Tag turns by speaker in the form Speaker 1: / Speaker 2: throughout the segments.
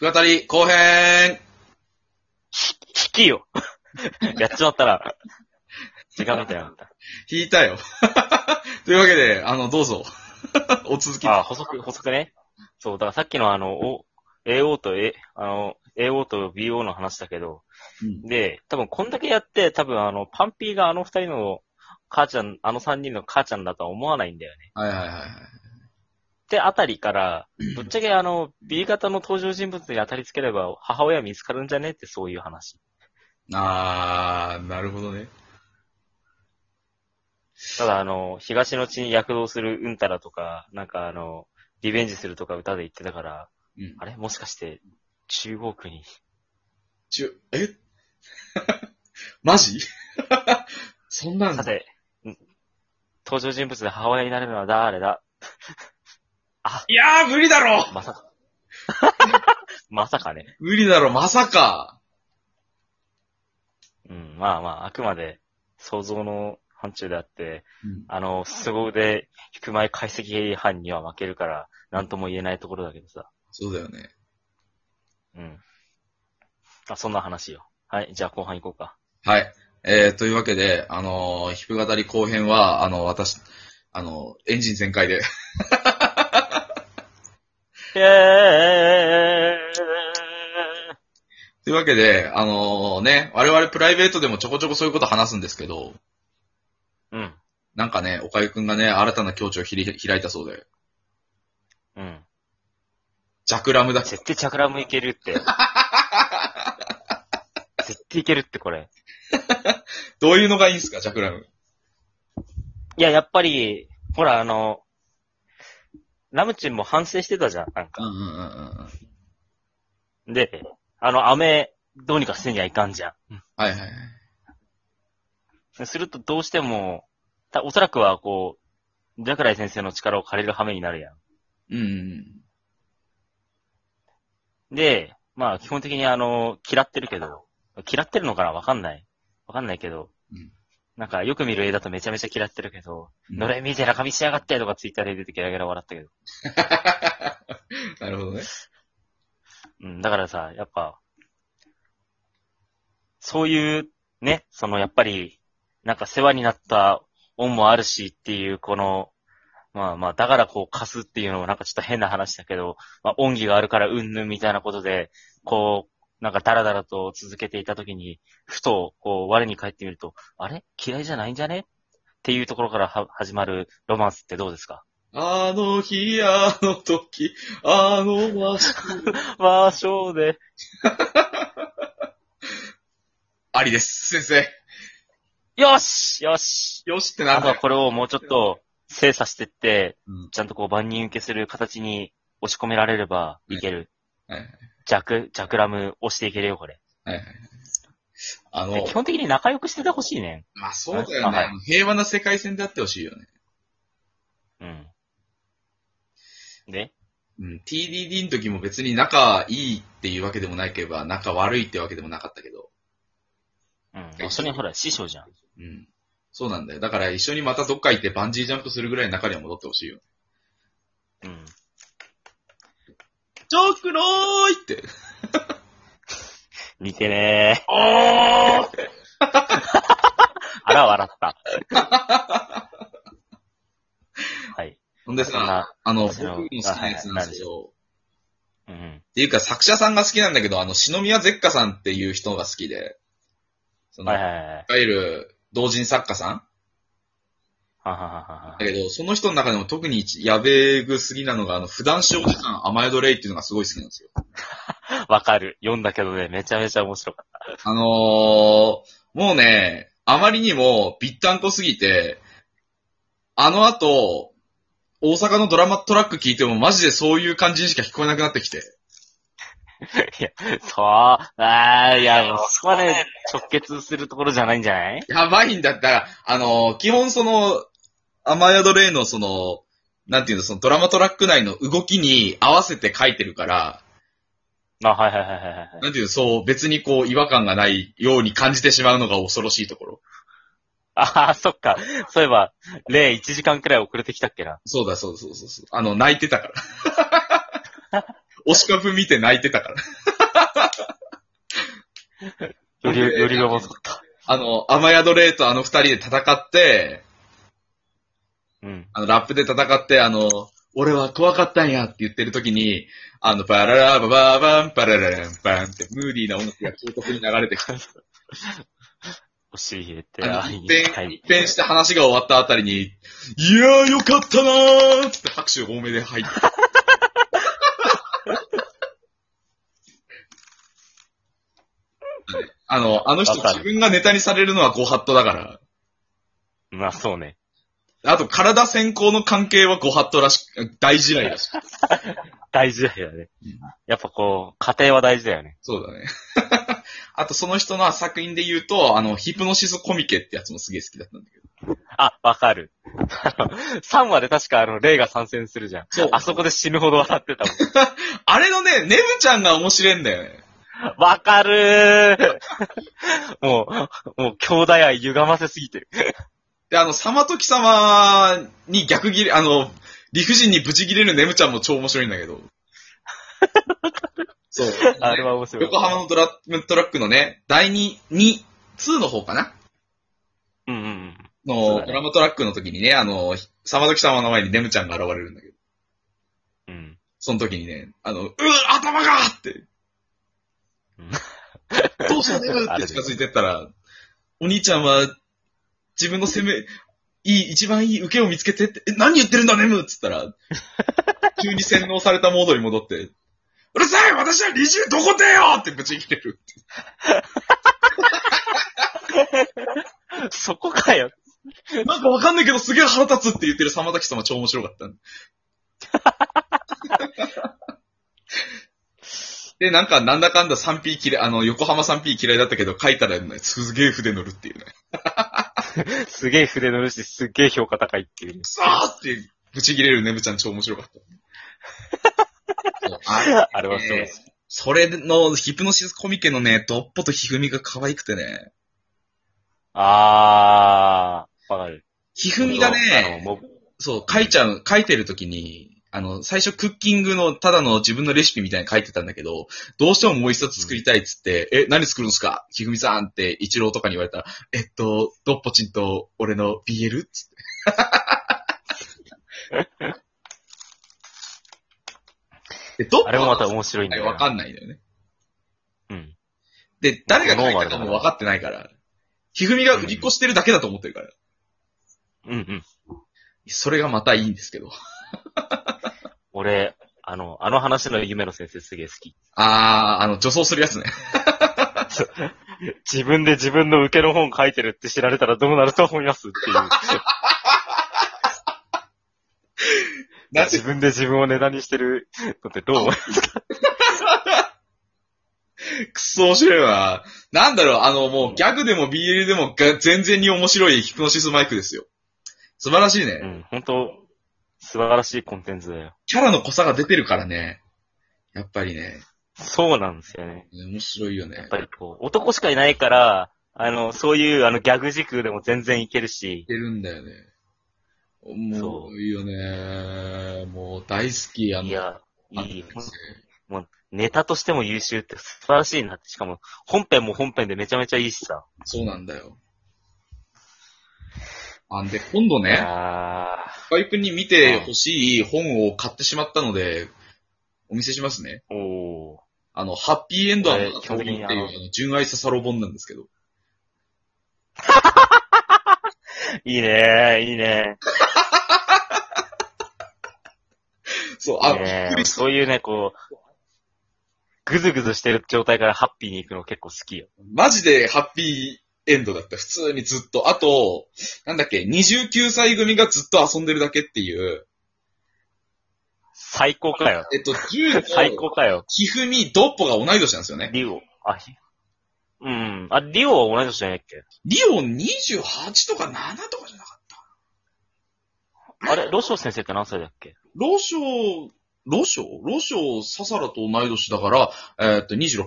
Speaker 1: 弾き語り後編
Speaker 2: ひ、引きよ。やっちまったら、時間みたいなかっ
Speaker 1: 弾いたよ。 というわけで、あの、どうぞ。 お続き。
Speaker 2: た。あ、補足、補足ね。そう、だからさっきのあの、お AO と A、あの、AO と BO の話だけど、
Speaker 1: うん
Speaker 2: で、多分こんだけやって、多分あの、パンピーがあの二人の母ちゃん、あの三人の母ちゃんだとは思わないんだよね。
Speaker 1: はいはいはいはい。
Speaker 2: ってあたりから、ぶっちゃけあの、B 型の登場人物に当たりつければ、母親見つかるんじゃねってそういう話。
Speaker 1: あー、なるほどね。
Speaker 2: ただあの、東の地に躍動するうんたらとか、なんかあの、リベンジするとか歌で言ってたから、
Speaker 1: うん。
Speaker 2: あれもしかして、中国に。
Speaker 1: ちゅ、え マジ そんなん
Speaker 2: さて、ん登場人物で母親になれるのは誰だ
Speaker 1: いやー、無理だろ
Speaker 2: まさか。まさかね。
Speaker 1: 無理だろ、まさか。
Speaker 2: うん、まあまあ、あくまで想像の範疇であって、
Speaker 1: うん
Speaker 2: あの、凄腕、低前解析班には負けるから、なんとも言えないところだけどさ。
Speaker 1: そうだよね。
Speaker 2: うん。あ、そんな話よ。はい、じゃあ後半行こうか。
Speaker 1: はい。えー、というわけで、あのー、弾く語り後編は、あの、私、あの、エンジン全開で。
Speaker 2: え
Speaker 1: というわけで、あのね、我々プライベートでもちょこちょこそういうこと話すんですけど、
Speaker 2: ーうん、
Speaker 1: なんかね、岡井くんがね、新たな境地をひり開いたそうで、
Speaker 2: うん。
Speaker 1: ジャクラムだ。
Speaker 2: 絶対チャクラムいける って。絶対いけるってこれ。
Speaker 1: どういうのがいいんすか、ジャクラム。
Speaker 2: いや、やっぱり、ほら、あの、ラムチンも反省してたじゃん、なん
Speaker 1: うん
Speaker 2: か。
Speaker 1: うんうんうん。
Speaker 2: で、あの、飴、どうにかせにはいかんじゃ
Speaker 1: はいはいはい。
Speaker 2: ん。すると、どうしても、たおそらくは、こう、ジャクライ先生の力を借りる羽目になるや
Speaker 1: うんうん。
Speaker 2: ん。で、まあ、基本的にあの、嫌ってるけど、嫌ってるのかなわかんない。わかんないけど、
Speaker 1: うん
Speaker 2: なんか、よく見る絵だとめちゃめちゃ嫌ってるけど、
Speaker 1: うん
Speaker 2: のれみてらかみしやがってとかツイッターで出てゲラゲラ笑ったけど。
Speaker 1: なるほどね。
Speaker 2: うん、だからさ、やっぱ、そういう、ね、そのやっぱり、なんか世話になった恩もあるしっていう、この、まあまあ、だからこう貸すっていうのもなんかちょっと変な話だけど、まあ恩義があるからうんぬんみたいなことで、こう、なんかダラダラと続けていたときに、ふと、こう、我に返ってみると、あれ嫌いじゃないんじゃねっていうところからは始まるロマンスってどうですか
Speaker 1: あの日、あの時、あの場所。
Speaker 2: まあ、そうで。
Speaker 1: ありです、先生。
Speaker 2: よしよし
Speaker 1: よしってな
Speaker 2: あ
Speaker 1: ん
Speaker 2: と
Speaker 1: だ
Speaker 2: は
Speaker 1: よ。
Speaker 2: これをもうちょっと精査してって、
Speaker 1: うん
Speaker 2: ちゃんとこう万人受けする形に押し込められればいける。
Speaker 1: はいはい
Speaker 2: 弱、弱ラム押していけるよ、これ。
Speaker 1: はいはい。あ
Speaker 2: で
Speaker 1: の
Speaker 2: 基、本的に仲良くしててほしいね。
Speaker 1: まあそうだよ
Speaker 2: はい
Speaker 1: ね。平和な世界線であってほしいよね。
Speaker 2: うん。で
Speaker 1: うん、TDD の時も別に仲いいっていうわけでもなければ、仲悪いってわけでもなかったけど、
Speaker 2: うん。一緒にほら、師匠じゃん。
Speaker 1: うん。そうなんだよ。だから一緒にまたどっか行ってバンジージャンプするぐらいの仲には戻ってほしいよ。
Speaker 2: うん。
Speaker 1: ジョークローいって。
Speaker 2: 似てね
Speaker 1: おー
Speaker 2: ー。あら、笑った。 はい。
Speaker 1: ほんで
Speaker 2: そん
Speaker 1: さ
Speaker 2: な、
Speaker 1: あの、僕
Speaker 2: そちら
Speaker 1: の
Speaker 2: を
Speaker 1: 好きなやつなんですけど、っ
Speaker 2: うん。
Speaker 1: ていうか作者さんが好きなんだけど、あの、篠宮ゼッカさんっていう人が好きで、その、
Speaker 2: はい
Speaker 1: い
Speaker 2: は
Speaker 1: わ
Speaker 2: いはい。
Speaker 1: ゆる同人作家さん
Speaker 2: はははは
Speaker 1: だけど、その人の中でも特に一やべえぐすぎなのが、あの、普段使用時間甘えどレイっていうのがすごい好きなんですよ。
Speaker 2: は。わかる。読んだけどね、めちゃめちゃ面白かっ
Speaker 1: あのー、もうね、あまりにもぴったんこすぎて、あの後、大阪のドラマトラック聞いてもマジでそういう感じにしか聞こえなくなってきて。
Speaker 2: た。いや、そう、ああ、いや、もうそこはね、直結するところじゃないんじゃない
Speaker 1: やばいんだったら、あのー、基本その、アマヤドレイのその、なんていうの、そのドラマトラック内の動きに合わせて書いてるから、
Speaker 2: あ、はいはいはいはいはい。
Speaker 1: なんていうの、そう、別にこう違和感がないように感じてしまうのが恐ろしいところ。
Speaker 2: ああ、そっか。そういえば、例1時間くらい遅れてきたっけな。
Speaker 1: そうだ、そうそうそうそう。あの、泣いてたから。推しカフ見て泣いてたから。
Speaker 2: より、
Speaker 1: えー
Speaker 2: よりが細かった。
Speaker 1: あの、雨宿れとあの二人で戦って、
Speaker 2: うん。
Speaker 1: あの、ラップで戦って、あの、俺は怖かったんやって言ってる時に、あの、パララバババン、パララランバンって、ムーディーな音楽が彫刻に流れてくる。
Speaker 2: 押し入れて、
Speaker 1: あの
Speaker 2: あ
Speaker 1: 一変、
Speaker 2: はい
Speaker 1: 一変して話が終わったあたりに、いやーよかったなーっつって拍手多めで入 って。あの、あの人
Speaker 2: わかる
Speaker 1: 自分がネタにされるのはご法度だから。
Speaker 2: まあそうね。
Speaker 1: あと、体先行の関係はご法度らしく、大事ないらしい。
Speaker 2: 大事だよね
Speaker 1: うん。
Speaker 2: やっぱこう、家庭は大事だよね。
Speaker 1: そうだね。 あと、その人の作品で言うと、あの、ヒプノシスコミケってやつもすげえ好きだったんだけど。
Speaker 2: あ、わかる。 あの、3話で確かあの、レイが参戦するじゃん。
Speaker 1: そう
Speaker 2: あそこで死ぬほど笑ってたも
Speaker 1: あれのね、ネムちゃんが面白いんだよね。
Speaker 2: ん。わか るーもう、もう兄弟愛歪ませすぎてる。
Speaker 1: で、あの、様時様に逆切れ、あの、理不尽にブチ切れるネムちゃんも超面白いんだけ ど。そう。
Speaker 2: あれは面白い。
Speaker 1: 横浜のドラトラックのね、第2、2、2の方かな
Speaker 2: うんうんうん。そ
Speaker 1: の
Speaker 2: うだね
Speaker 1: ドラマトラックの時にね、あの、様時様の前にネムちゃんが現れるんだけど、
Speaker 2: うん。
Speaker 1: その時にね、あの、うー頭がって
Speaker 2: うん。
Speaker 1: どうしたネムって近づいてったら、お兄ちゃんは自分の攻め、いい、一番いい受けを見つけてって、え、何言ってるんだネムっつったら、急に洗脳されたモードに戻って、うるさい私は理事どこでよってぶち切れる。
Speaker 2: そこかよ。
Speaker 1: なんかわかんないけどすげえ腹立つって言ってる様滝様超面白か った。で、なんかなんだかんだ 3P 嫌い、あの、横浜 3P 嫌いだったけど書いたらね、すげえ筆乗るっていうね。
Speaker 2: すげえ筆乗るし、すげえ評価高いっていうね。
Speaker 1: さあって、ぶち切れるねぶちゃん超面白 かった。そうあれ
Speaker 2: あれはそうです。
Speaker 1: それの、ヒプノシスコミケのね、ドッポとひふみが可愛くてね。
Speaker 2: あー、わかる。
Speaker 1: ひふみが
Speaker 2: あの
Speaker 1: ね、
Speaker 2: も
Speaker 1: そう、書いちゃう、書いてるときに、あの、最初クッキングのただの自分のレシピみたいに書いてたんだけど、どうしてももう一冊作りたいっつって、え、何作るんすかひふみさんって一郎とかに言われたら、えっと、ドッポチンと俺の BL? っつって。でドッポ
Speaker 2: あれもまた面白いんだよな。
Speaker 1: わかんないんだよね。
Speaker 2: うん。
Speaker 1: で、誰が書いたかも分かってないから、ひふみが売り越してるだけだと思ってるから、
Speaker 2: うんうん。
Speaker 1: それがまたいいんですけど。
Speaker 2: 俺、あの、あの話の夢の先生すげえ好き。
Speaker 1: あー、あの、女装するやつね。
Speaker 2: 自分で自分の受けの本書いてるって知られたらどうなると思います っていう。
Speaker 1: なんで
Speaker 2: 自分で自分を値段にしてるのってどう思う
Speaker 1: くそ面白いわ。なんだろう、あの、もうギャグでも BL でもが全然に面白いヒプノシスマイクですよ。素晴らしいね。
Speaker 2: うん、本当素晴らしいコンテンツだよ。
Speaker 1: キャラの濃さが出てるからね。やっぱりね、
Speaker 2: そうなんですよね。
Speaker 1: 面白いよ
Speaker 2: や
Speaker 1: ね
Speaker 2: っ。ぱりこう、男しかいないから、あの、そういうあのギャグ軸でも全然いけるし
Speaker 1: い、けるんだよね。もう、いいよね。もう大好き、あの、
Speaker 2: いや、い
Speaker 1: あの
Speaker 2: い、ネタとしても優秀って素晴らしいなって、しかも、本編も本編でめちゃめちゃいいしさ。
Speaker 1: そうなんだよ。あんで、今度ね、
Speaker 2: あ
Speaker 1: 深井くんに見てほしい本を買ってしまったので、お見せしますね。
Speaker 2: ー、おー。
Speaker 1: あの、ハッピーエンドはまだ
Speaker 2: これ基
Speaker 1: 遠
Speaker 2: 本
Speaker 1: いっ
Speaker 2: 的
Speaker 1: てい
Speaker 2: に
Speaker 1: う、
Speaker 2: あ
Speaker 1: あ
Speaker 2: の
Speaker 1: の、純愛さサロ本なんですけど。
Speaker 2: いいねいいね
Speaker 1: そう、あ、
Speaker 2: いい
Speaker 1: びっ
Speaker 2: ね
Speaker 1: くりした。
Speaker 2: そういうね、こう、ぐずぐずしてる状態からハッピーに行くの結構好きよ。
Speaker 1: マジでハッピーエンドだった。普通にずっと。あと、なんだっけ、29歳組がずっと遊んでるだけっていう、
Speaker 2: 最高かよ。
Speaker 1: えっと、10
Speaker 2: 最高かよ。
Speaker 1: ひふみ、ドッポが同い年なんですよね。
Speaker 2: リオ。あ、ひうん。あ、リオは同い年じゃないっけ
Speaker 1: リオ28とか7とかじゃなかった。
Speaker 2: あれ、ロショウ先生って何歳だっけ
Speaker 1: 老将、老将老将、ササラと同い年だから、えーっと、26。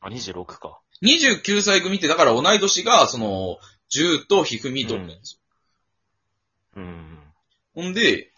Speaker 2: あ、26か。
Speaker 1: 29歳組って、だから同い年が、その、10とひふみと、
Speaker 2: うんうん。
Speaker 1: ほんで、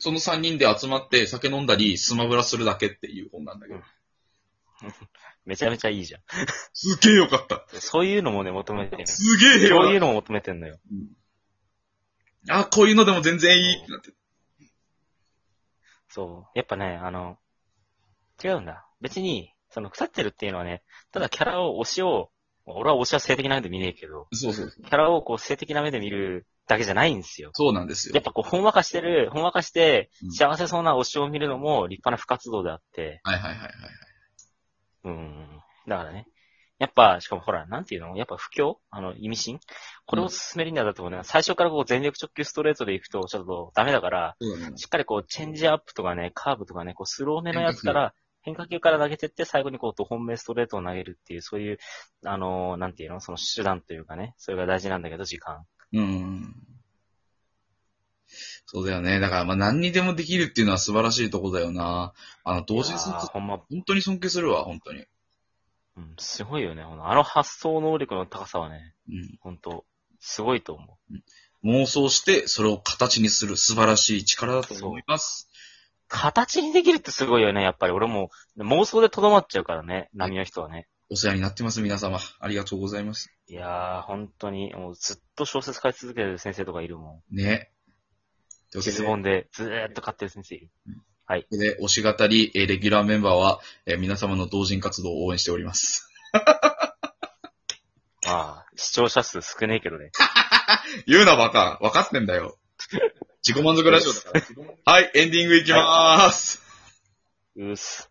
Speaker 1: その3人で集まって酒飲んだり、スマブラするだけっていう本なんだけど。
Speaker 2: めちゃめちゃいいじゃん。
Speaker 1: すげえよかった。
Speaker 2: そういうのもね、求めてる。そ
Speaker 1: すげえ平和
Speaker 2: ういうのも求めてんのよ。
Speaker 1: あ、こういうのでも全然いいってなって。
Speaker 2: そう。やっぱね、あの、違うんだ。別に、その腐ってるっていうのはね、ただキャラを、推しを、俺は推しは性的な目で見ねえけど、
Speaker 1: そうそうそう。
Speaker 2: キャラをこう性的な目で見るだけじゃないんですよ。
Speaker 1: そうなんです
Speaker 2: や
Speaker 1: よ
Speaker 2: っ。ぱこう、ほんわかしてる、ほんわかして
Speaker 1: う、ん
Speaker 2: 幸せそうな推しを見るのも立派な不活動であって、
Speaker 1: はいはいはいはい。
Speaker 2: うん。だからね。やっぱ、しかもほら、なんていうのやっぱ不況あの、意味深これを進めるにはだと思うね。最初からこう全力直球ストレートで行くとちょっとダメだから、
Speaker 1: そうだね。
Speaker 2: しっかりこう、チェンジアップとかね、カーブとかね、こう、スローめのやつから、変化球から投げてって、最後にこう、ド本命ストレートを投げるっていう、そういう、あのーなんていうのその手段というかね、それが大事なんだけど、時間。
Speaker 1: うん。そうだよね。だから、まあ、何にでもできるっていうのは素晴らしいとこだよな。あの、同時に
Speaker 2: いやーほんま、
Speaker 1: 本当に尊敬するわ、本当に。
Speaker 2: うん、すごいよね。ほんとあの発想能力の高さはね、
Speaker 1: うん。
Speaker 2: 本当すごいと思う。
Speaker 1: 妄想して、それを形にする素晴らしい力だと思います。
Speaker 2: 形にできるってすごいよね、やっぱり。俺も、妄想でとどまっちゃうからね、波の人はね。
Speaker 1: お世話になってます、皆様。ありがとうございます。
Speaker 2: いやー、本当に、もうずっと小説書き続けてる先生とかいるもん。
Speaker 1: ね。というわけ
Speaker 2: 質
Speaker 1: で
Speaker 2: 問でずーっと買ってる先生いる。
Speaker 1: で、推し語り、えーレギュラーメンバーは、えー皆様の同人活動を応援しております。
Speaker 2: まあ、視聴者数少ねえけどね。
Speaker 1: 言うなバカ、分かってんだよ。 自己満足ラジオだから。はい、エンディングいきまーす。
Speaker 2: うっす。